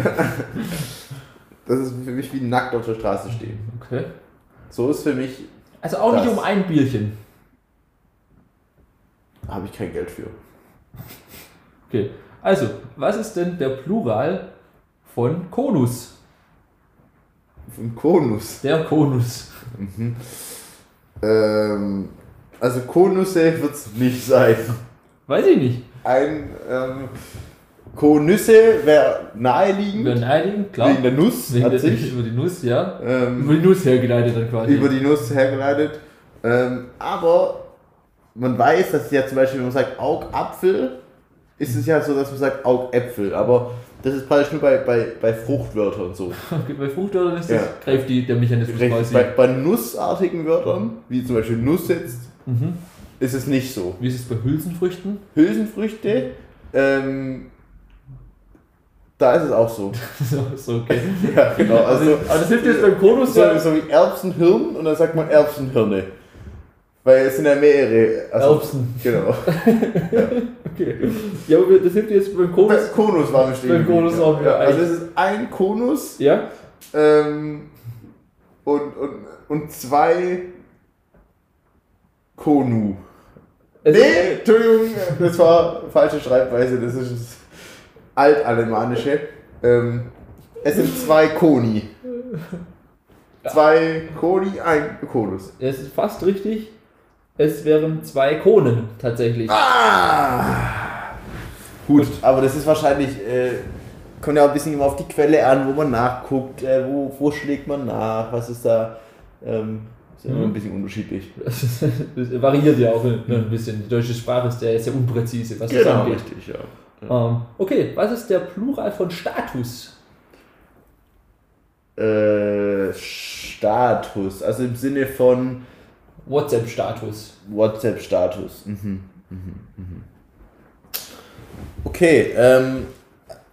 [SPEAKER 2] Das ist für mich wie nackt auf der Straße stehen.
[SPEAKER 1] Okay.
[SPEAKER 2] So ist für mich,
[SPEAKER 1] Also auch nicht
[SPEAKER 2] Das.
[SPEAKER 1] um ein Bierchen.
[SPEAKER 2] habe ich kein Geld für.
[SPEAKER 1] Okay. Also, was ist denn der Plural von Konus?
[SPEAKER 2] Ein Konus.
[SPEAKER 1] Der Konus.
[SPEAKER 2] Ähm, also Konusse wird es nicht sein.
[SPEAKER 1] Weiß ich nicht.
[SPEAKER 2] Ein ähm, Konüsse wäre naheliegend.
[SPEAKER 1] Wir neidigen, klar.
[SPEAKER 2] Hm. Wegen der Nuss
[SPEAKER 1] Wegen
[SPEAKER 2] an
[SPEAKER 1] der,
[SPEAKER 2] sich.
[SPEAKER 1] über die Nuss, ja.
[SPEAKER 2] Ähm,
[SPEAKER 1] Über die Nuss hergeleitet dann quasi.
[SPEAKER 2] über die Nuss hergeleitet. Ähm, aber man weiß, dass ja zum Beispiel, wenn man sagt Augapfel, ist es ja so, dass man sagt Augäpfel. Aber das ist praktisch nur bei, bei, bei Fruchtwörtern so.
[SPEAKER 1] okay, bei Fruchtwörtern ist
[SPEAKER 2] Ja.
[SPEAKER 1] das, greift die, der Mechanismus
[SPEAKER 2] Recht,
[SPEAKER 1] quasi.
[SPEAKER 2] bei, bei nussartigen Wörtern, wie zum Beispiel Nuss jetzt,
[SPEAKER 1] Mhm.
[SPEAKER 2] ist es nicht so.
[SPEAKER 1] Wie ist es bei Hülsenfrüchten?
[SPEAKER 2] Hülsenfrüchte, ähm, da ist es auch so.
[SPEAKER 1] so, so, okay.
[SPEAKER 2] Ja, genau. Also,
[SPEAKER 1] aber das hilft jetzt beim Konus
[SPEAKER 2] so,
[SPEAKER 1] ja.
[SPEAKER 2] so wie Erbsenhirn und dann sagt man Erbsenhirne. Weil es sind ja mehrere. also-
[SPEAKER 1] Erbsen.
[SPEAKER 2] Genau.
[SPEAKER 1] Okay. Ja, aber das hilft jetzt beim Konus.
[SPEAKER 2] Konus, Konus war im Stehen.
[SPEAKER 1] Beim Konus
[SPEAKER 2] geblieben,
[SPEAKER 1] auch
[SPEAKER 2] ja.
[SPEAKER 1] wieder
[SPEAKER 2] ja. Also es ist ein Konus
[SPEAKER 1] Ja?
[SPEAKER 2] ähm, und, und, und zwei Konu.
[SPEAKER 1] Also-
[SPEAKER 2] nee, Entschuldigung, das war falsche Schreibweise, das ist das altalemannische. Ähm, es sind zwei Koni. Zwei Koni, ein Konus.
[SPEAKER 1] Es ist fast richtig. Es wären zwei Konen tatsächlich.
[SPEAKER 2] Ah! Gut, aber das ist wahrscheinlich, äh, kommt ja auch ein bisschen immer auf die Quelle an, wo man nachguckt, äh, wo, wo schlägt man nach, was ist da. Ähm, ist ja immer
[SPEAKER 1] Mhm.
[SPEAKER 2] ein bisschen unterschiedlich.
[SPEAKER 1] Das variiert ja auch ne,
[SPEAKER 2] Mhm.
[SPEAKER 1] ein bisschen. Die deutsche Sprache ist ja sehr unpräzise, was das angeht.
[SPEAKER 2] richtig, ja.
[SPEAKER 1] Ähm, okay, was ist der Plural von Status?
[SPEAKER 2] Äh, Status, also im Sinne von
[SPEAKER 1] WhatsApp-Status.
[SPEAKER 2] WhatsApp-Status. Mhm. Mhm. Mhm. Okay, ähm,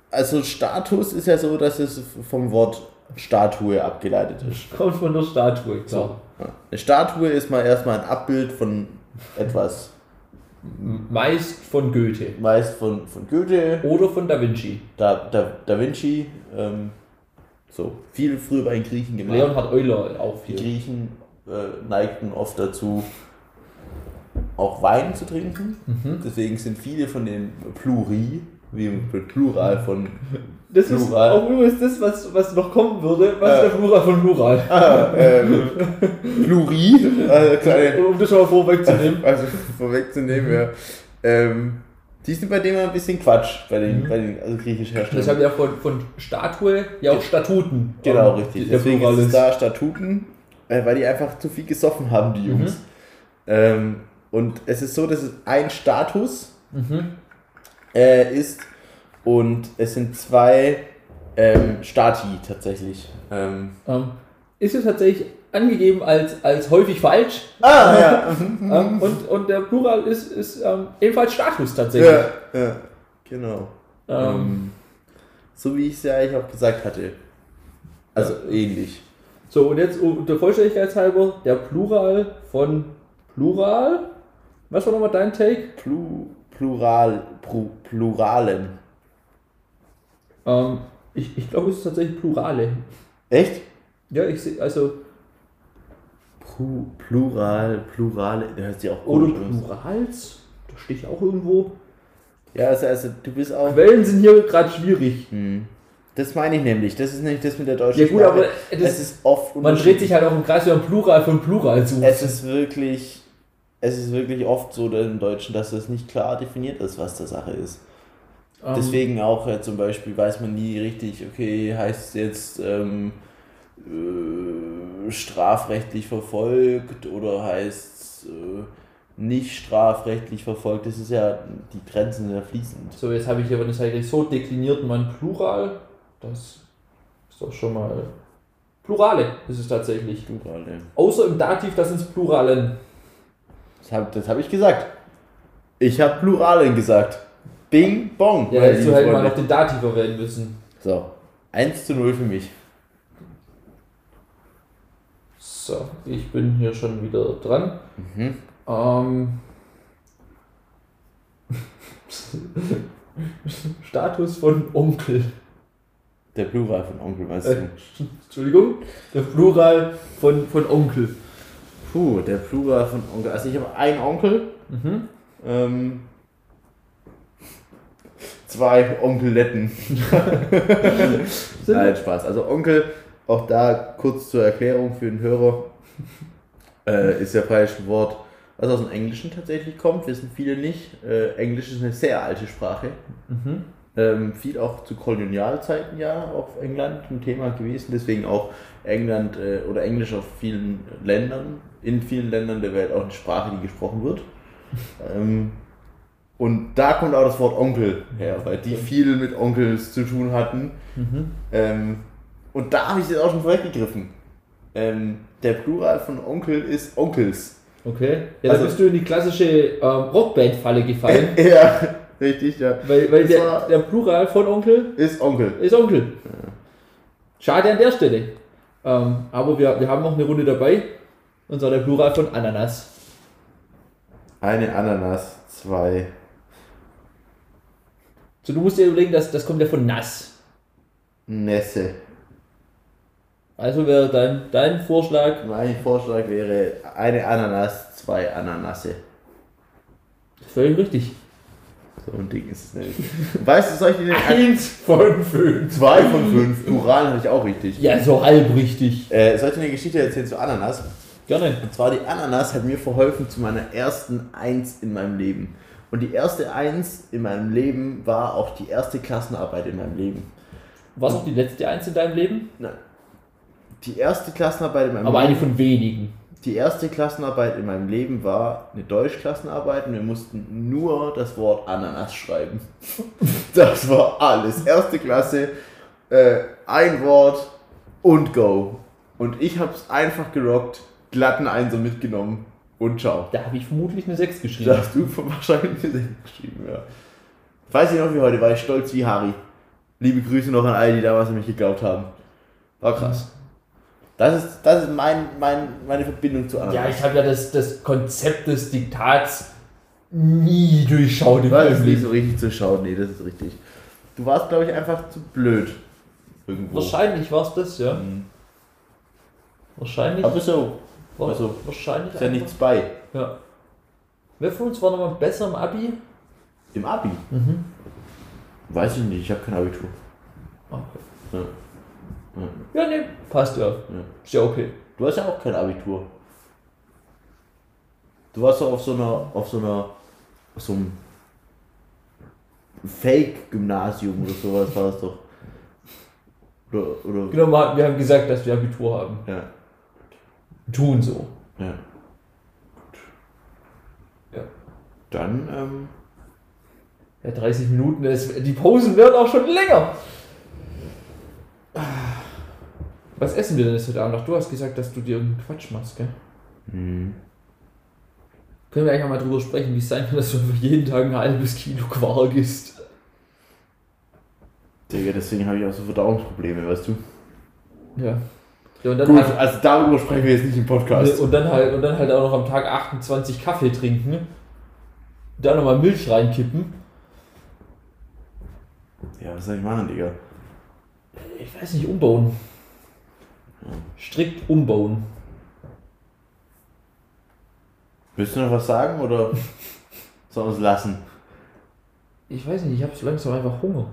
[SPEAKER 2] also Status ist ja so, dass es vom Wort Statue abgeleitet ist.
[SPEAKER 1] Kommt von der Statue, klar.
[SPEAKER 2] Eine Statue ist mal erstmal ein Abbild von etwas.
[SPEAKER 1] M- Meist von Goethe.
[SPEAKER 2] Meist von, von Goethe,
[SPEAKER 1] Oder von Da Vinci.
[SPEAKER 2] da, da, da Vinci, ähm, so. Viel früher bei den Griechen gemacht.
[SPEAKER 1] Leonhard Euler auch
[SPEAKER 2] Die
[SPEAKER 1] viel.
[SPEAKER 2] Griechen äh, neigten oft dazu, auch Wein zu trinken.
[SPEAKER 1] Mhm.
[SPEAKER 2] Deswegen sind viele von den Pluri, wie im Plural von.
[SPEAKER 1] Das ist
[SPEAKER 2] Plural.
[SPEAKER 1] auch übrigens das, was, was noch kommen würde. Was
[SPEAKER 2] Äh.
[SPEAKER 1] ist der Plural von Plural?
[SPEAKER 2] Ah, ähm, Pluri, äh, kleine
[SPEAKER 1] Um das schon mal vorwegzunehmen.
[SPEAKER 2] Also vorwegzunehmen, ja. Ähm, die sind bei dem ein bisschen Quatsch, bei den, bei den also griechisch
[SPEAKER 1] Deshalb
[SPEAKER 2] Herstellern.
[SPEAKER 1] ja von, von Statue, ja auch Statuten.
[SPEAKER 2] Genau,
[SPEAKER 1] ähm,
[SPEAKER 2] richtig.
[SPEAKER 1] Der
[SPEAKER 2] Deswegen
[SPEAKER 1] Plural
[SPEAKER 2] ist es
[SPEAKER 1] ist.
[SPEAKER 2] da Mhm. Statuten, äh, weil die einfach zu viel gesoffen haben, die Jungs. Ähm, und es ist so, dass es ein Status
[SPEAKER 1] Mhm.
[SPEAKER 2] äh, ist und es sind zwei ähm, Stati tatsächlich. Ähm,
[SPEAKER 1] Ähm, ist es tatsächlich angegeben als, als häufig falsch.
[SPEAKER 2] ah, ja.
[SPEAKER 1] Ähm, und, und der Plural ist, ist ähm, ebenfalls Status tatsächlich.
[SPEAKER 2] ja. Ja, genau.
[SPEAKER 1] Ähm,
[SPEAKER 2] Ähm, so wie ich es ja eigentlich auch gesagt hatte. Also ähnlich.
[SPEAKER 1] So, und jetzt um, der Vollständigkeit halber, der Plural von Plural. Was war nochmal dein Take?
[SPEAKER 2] Plu, plural, plu, pluralen.
[SPEAKER 1] Ähm, ich ich glaube, es ist tatsächlich Plurale.
[SPEAKER 2] Echt?
[SPEAKER 1] Ja, ich sehe, also,
[SPEAKER 2] Plu, plural, plurale. Der hört sich auch
[SPEAKER 1] oder
[SPEAKER 2] komisch an.
[SPEAKER 1] Plurals, da stehe ich auch irgendwo.
[SPEAKER 2] Ja, also, also du bist auch.
[SPEAKER 1] Quellen sind hier gerade schwierig.
[SPEAKER 2] Hm. Das meine ich nämlich. Das ist nämlich das mit der deutschen
[SPEAKER 1] Ja, gut,
[SPEAKER 2] Sprache.
[SPEAKER 1] aber
[SPEAKER 2] es
[SPEAKER 1] das,
[SPEAKER 2] ist oft
[SPEAKER 1] man dreht sich halt um. auch im Kreis, wenn man Plural von Plural sucht.
[SPEAKER 2] Es ist wirklich, es ist wirklich oft so im Deutschen, dass es nicht klar definiert ist, was der Sache ist.
[SPEAKER 1] Ähm,
[SPEAKER 2] Deswegen auch äh, zum Beispiel weiß man nie richtig, okay, heißt es jetzt ähm, äh, strafrechtlich verfolgt oder heißt es äh, nicht strafrechtlich verfolgt. Das ist ja, die Grenzen sind ja fließend.
[SPEAKER 1] So, jetzt habe ich aber das eigentlich so dekliniert, mein Plural. Das ist doch schon mal. Plurale ist es tatsächlich.
[SPEAKER 2] Plural, ne?
[SPEAKER 1] Außer im Dativ, das sind Pluralen.
[SPEAKER 2] Das habe das hab ich gesagt. Ich habe Pluralen gesagt. Bing, bong.
[SPEAKER 1] Ja,
[SPEAKER 2] meine
[SPEAKER 1] hättest du
[SPEAKER 2] lieben
[SPEAKER 1] halt mal
[SPEAKER 2] Freunde.
[SPEAKER 1] noch den Dativ verwenden müssen.
[SPEAKER 2] So, 1 zu 0 für mich.
[SPEAKER 1] So, ich bin hier schon wieder dran.
[SPEAKER 2] Mhm.
[SPEAKER 1] Ähm. Status von Onkel.
[SPEAKER 2] Der Plural von Onkel, meinst
[SPEAKER 1] Äh,
[SPEAKER 2] du?
[SPEAKER 1] Entschuldigung, der Plural von, von Onkel.
[SPEAKER 2] Puh, der Plural von Onkel. Also ich habe einen Onkel,
[SPEAKER 1] Mhm.
[SPEAKER 2] ähm, zwei Onkeletten.
[SPEAKER 1] Sind-
[SPEAKER 2] Nein, Spaß. Also Onkel, auch da kurz zur Erklärung für den Hörer, äh, ist ja falsch ein Wort, was aus dem Englischen tatsächlich kommt, wissen viele nicht. Äh, Englisch ist eine sehr alte Sprache.
[SPEAKER 1] Mhm.
[SPEAKER 2] Ähm, viel auch zu Kolonialzeiten ja auf England ein Thema gewesen, deswegen auch England äh, oder Englisch auf vielen Ländern, in vielen Ländern der Welt auch eine Sprache, die gesprochen wird. Ähm, und da kommt auch das Wort Onkel her, weil die viel mit Onkels zu tun hatten.
[SPEAKER 1] Mhm.
[SPEAKER 2] Ähm, und da habe ich es jetzt auch schon vorweggegriffen. Ähm, der Plural von Onkel ist Onkels.
[SPEAKER 1] Okay. Ja, da
[SPEAKER 2] Also-
[SPEAKER 1] bist du in die klassische ähm, Rockband-Falle gefallen,
[SPEAKER 2] ja, richtig, ja.
[SPEAKER 1] weil, weil
[SPEAKER 2] Das
[SPEAKER 1] der,
[SPEAKER 2] war-
[SPEAKER 1] der Plural von Onkel
[SPEAKER 2] Ist Onkel.
[SPEAKER 1] ist Onkel. Schade an der Stelle. Ähm, aber wir, wir haben noch eine Runde dabei. Und zwar der Plural von Ananas.
[SPEAKER 2] Eine Ananas, zwei
[SPEAKER 1] So, du musst dir überlegen, das, das kommt ja von nass.
[SPEAKER 2] Nässe.
[SPEAKER 1] Also wäre dein, dein Vorschlag,
[SPEAKER 2] Mein Vorschlag wäre eine Ananas, zwei Ananasse.
[SPEAKER 1] völlig richtig.
[SPEAKER 2] So ein Ding ist es nämlich. Weißt du, soll ich dir den An
[SPEAKER 1] Eins von fünf.
[SPEAKER 2] Zwei von fünf. Plural hatte ich auch richtig.
[SPEAKER 1] Ja, so halb richtig.
[SPEAKER 2] Äh, soll ich dir eine Geschichte erzählen zu Ananas?
[SPEAKER 1] Gerne.
[SPEAKER 2] Und zwar die Ananas hat mir verholfen zu meiner ersten Eins in meinem Leben. Und die erste Eins in meinem Leben war auch die erste Klassenarbeit in meinem Leben.
[SPEAKER 1] War es auch die letzte Eins in deinem Leben?
[SPEAKER 2] Nein. Die erste Klassenarbeit in meinem
[SPEAKER 1] Aber eine
[SPEAKER 2] Leben.
[SPEAKER 1] von wenigen.
[SPEAKER 2] Die erste Klassenarbeit in meinem Leben war eine Deutschklassenarbeit und wir mussten nur das Wort Ananas schreiben. Das war alles. Erste Klasse, äh, ein Wort und go. Und ich hab's einfach gerockt, glatten Einser mitgenommen und ciao.
[SPEAKER 1] Da habe ich vermutlich eine 6 geschrieben.
[SPEAKER 2] Da hast du wahrscheinlich eine 6 geschrieben, ja. Weiß ich noch wie heute, war ich stolz wie Harry. Liebe Grüße noch an alle, die damals an mich geglaubt haben. War
[SPEAKER 1] Mhm.
[SPEAKER 2] krass. Das ist, das ist mein, mein, meine Verbindung zu Ananas.
[SPEAKER 1] Ja, ich habe ja das, das Konzept des Diktats nie durchschaut. im
[SPEAKER 2] Das ist nicht
[SPEAKER 1] Leben.
[SPEAKER 2] so richtig zu schauen, nee, das ist richtig. Du warst, glaube ich, einfach zu blöd. Irgendwo.
[SPEAKER 1] Wahrscheinlich war es das, ja.
[SPEAKER 2] Mhm.
[SPEAKER 1] Wahrscheinlich.
[SPEAKER 2] Aber so,
[SPEAKER 1] war,
[SPEAKER 2] also,
[SPEAKER 1] wahrscheinlich.
[SPEAKER 2] ist ja
[SPEAKER 1] einfach-
[SPEAKER 2] nichts bei.
[SPEAKER 1] Ja. Wer von uns war nochmal besser im Abi?
[SPEAKER 2] Im Abi?
[SPEAKER 1] Mhm.
[SPEAKER 2] Weiß ich nicht, ich habe kein Abitur.
[SPEAKER 1] Ah, Okay.
[SPEAKER 2] Ja.
[SPEAKER 1] Ja, nee, passt ja. Ist ja okay.
[SPEAKER 2] Du hast ja auch kein Abitur. Du warst doch auf so einer, auf so einer, auf so einem Fake-Gymnasium oder sowas war es doch. Oder, oder,
[SPEAKER 1] Genau, wir haben- wir haben gesagt, dass wir Abitur haben.
[SPEAKER 2] ja,
[SPEAKER 1] Tun so.
[SPEAKER 2] ja.
[SPEAKER 1] Ja.
[SPEAKER 2] Dann, ähm,
[SPEAKER 1] Ja, 30 Minuten, ist, die Pausen werden auch schon länger. Was essen wir denn jetzt heute Abend noch? Du hast gesagt, dass du dir irgendeinen Quatsch machst, gell?
[SPEAKER 2] hm.
[SPEAKER 1] Können wir eigentlich auch mal drüber sprechen, wie es sein kann, dass du einfach jeden Tag ein halbes Kilo Quark isst.
[SPEAKER 2] Digga, deswegen habe ich auch so Verdauungsprobleme, weißt du?
[SPEAKER 1] Ja. Ja, und, dann
[SPEAKER 2] Gut,
[SPEAKER 1] halt,
[SPEAKER 2] also darüber sprechen wir jetzt nicht im Podcast.
[SPEAKER 1] und, dann halt, und dann halt auch noch am Tag 28 Kaffee trinken, da nochmal Milch reinkippen.
[SPEAKER 2] Ja, was soll ich machen, Digga?
[SPEAKER 1] Ich weiß nicht, umbauen. Strikt umbauen.
[SPEAKER 2] Willst du noch was sagen oder soll es lassen?
[SPEAKER 1] Ich weiß nicht, ich habe so langsam einfach Hunger.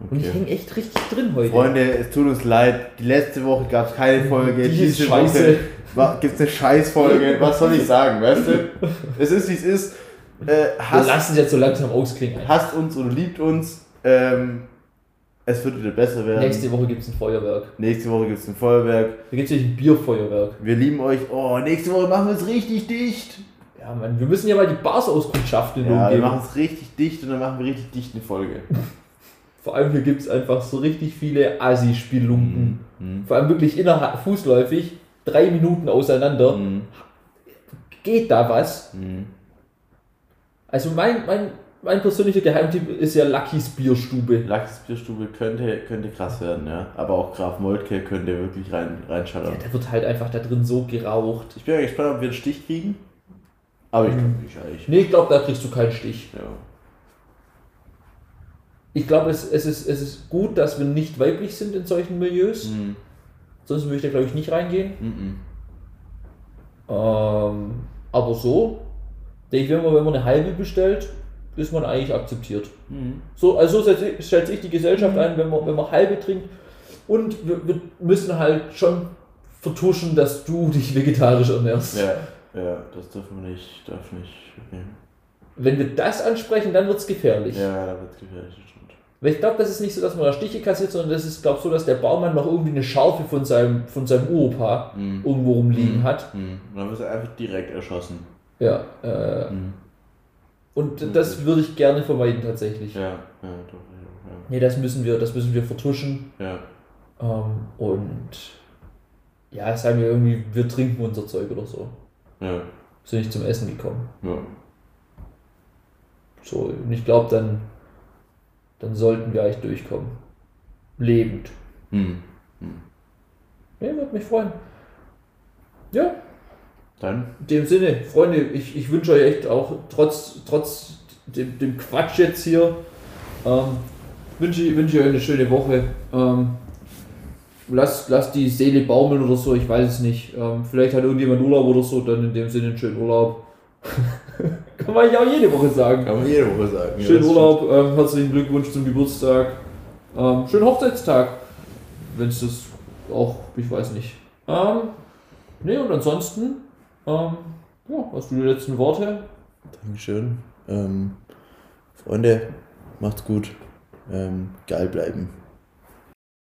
[SPEAKER 1] Und ich
[SPEAKER 2] Okay.
[SPEAKER 1] hänge echt richtig drin heute.
[SPEAKER 2] Freunde, es tut uns leid. Die letzte Woche gab es keine Folge.
[SPEAKER 1] Die ist
[SPEAKER 2] Diese
[SPEAKER 1] scheiße.
[SPEAKER 2] Woche gibt es eine Scheißfolge. Was soll ich sagen, weißt du? Es ist, wie es ist. Äh,
[SPEAKER 1] Wir
[SPEAKER 2] hasst,
[SPEAKER 1] lassen es jetzt so langsam ausklingen.
[SPEAKER 2] hasst uns oder liebt uns. Ähm, es wird wieder besser werden.
[SPEAKER 1] Nächste Woche gibt es ein Feuerwerk.
[SPEAKER 2] Nächste Woche gibt es ein Feuerwerk.
[SPEAKER 1] Da gibt es ein Bierfeuerwerk.
[SPEAKER 2] Wir lieben euch. Oh, nächste Woche machen wir es richtig dicht.
[SPEAKER 1] Ja, Mann, wir müssen ja mal die Bars auskundschaften in der
[SPEAKER 2] Ja, wir
[SPEAKER 1] Umgebung.
[SPEAKER 2] machen es richtig dicht und dann machen wir richtig dicht eine Folge.
[SPEAKER 1] Vor allem hier gibt es einfach so richtig viele Asi-Spielunken.
[SPEAKER 2] Mhm.
[SPEAKER 1] Vor allem wirklich innerhalb fußläufig, drei Minuten auseinander.
[SPEAKER 2] Mhm.
[SPEAKER 1] Geht da was?
[SPEAKER 2] Mhm.
[SPEAKER 1] Also mein, mein, mein persönlicher Geheimtipp ist ja Luckys Bierstube.
[SPEAKER 2] Lachsbierstube könnte, könnte krass werden, ja. Aber auch Graf Moltke könnte wirklich rein,
[SPEAKER 1] Ja,
[SPEAKER 2] reinschallern.
[SPEAKER 1] da wird halt einfach da drin so geraucht.
[SPEAKER 2] Ich bin ja gespannt, ob wir einen Stich kriegen. Aber ich glaube Mhm. nicht eigentlich.
[SPEAKER 1] Nee, ich glaube, da kriegst du keinen Stich.
[SPEAKER 2] Ja.
[SPEAKER 1] Ich glaube, es, es, ist, es ist gut, dass wir nicht weiblich sind in solchen Milieus.
[SPEAKER 2] Mhm.
[SPEAKER 1] Sonst würde ich da, glaube ich, nicht reingehen.
[SPEAKER 2] Mhm.
[SPEAKER 1] Ähm, aber so, denke ich, wenn man, wenn man eine halbe bestellt, ist man eigentlich akzeptiert.
[SPEAKER 2] Mhm.
[SPEAKER 1] So, also so schätze ich- schätze ich die Gesellschaft ein, wenn man, wenn man halbe trinkt. Und wir, wir müssen halt schon vertuschen, dass du dich vegetarisch ernährst.
[SPEAKER 2] Ja. ja, das dürfen wir nicht. Darf nicht. Okay.
[SPEAKER 1] Wenn wir das ansprechen, dann wird es gefährlich.
[SPEAKER 2] Ja, da wird gefährlich. das Stimmt.
[SPEAKER 1] Weil ich glaube, das ist nicht so, dass man da Stiche kassiert, sondern das ist, glaube ich, so, dass der Baumann noch irgendwie eine Scharfe von seinem, von seinem Uropa
[SPEAKER 2] Mhm.
[SPEAKER 1] irgendwo rumliegen
[SPEAKER 2] Mhm.
[SPEAKER 1] hat.
[SPEAKER 2] Mhm. Und dann wird er einfach direkt erschossen.
[SPEAKER 1] Ja, äh,
[SPEAKER 2] Mhm.
[SPEAKER 1] und das würde ich gerne vermeiden tatsächlich.
[SPEAKER 2] Ja, ja, doch.
[SPEAKER 1] Nee, das müssen wir, das müssen wir vertuschen.
[SPEAKER 2] Ja. ja.
[SPEAKER 1] Ähm, und ja, sagen wir irgendwie, wir trinken unser Zeug oder so.
[SPEAKER 2] ja. ja.
[SPEAKER 1] Sind nicht zum Essen gekommen.
[SPEAKER 2] ja.
[SPEAKER 1] So, und ich glaube, dann, dann sollten wir eigentlich durchkommen. Lebend.
[SPEAKER 2] Mhm.
[SPEAKER 1] Nee, würde mich freuen. Ja,
[SPEAKER 2] Dann?
[SPEAKER 1] in dem Sinne, Freunde, ich, ich wünsche euch echt auch trotz, trotz dem, dem Quatsch jetzt hier, ähm, wünsche, ich- wünsche ich euch eine schöne Woche. Ähm, lasst, lasst die Seele baumeln oder so, ich weiß es nicht. Ähm, vielleicht hat irgendjemand Urlaub oder so, dann in dem Sinne einen schönen Urlaub. Kann man ja auch jede Woche sagen.
[SPEAKER 2] Kann man jede Woche sagen. Ja,
[SPEAKER 1] Schönen
[SPEAKER 2] das
[SPEAKER 1] Urlaub, ähm, herzlichen Glückwunsch zum Geburtstag. Ähm, schönen Hochzeitstag. Wenn es das auch, ich weiß nicht. Ähm, ne, und ansonsten, ähm, ja, hast du die letzten Worte?
[SPEAKER 2] Dankeschön. Ähm, Freunde, macht's gut. Ähm, geil bleiben.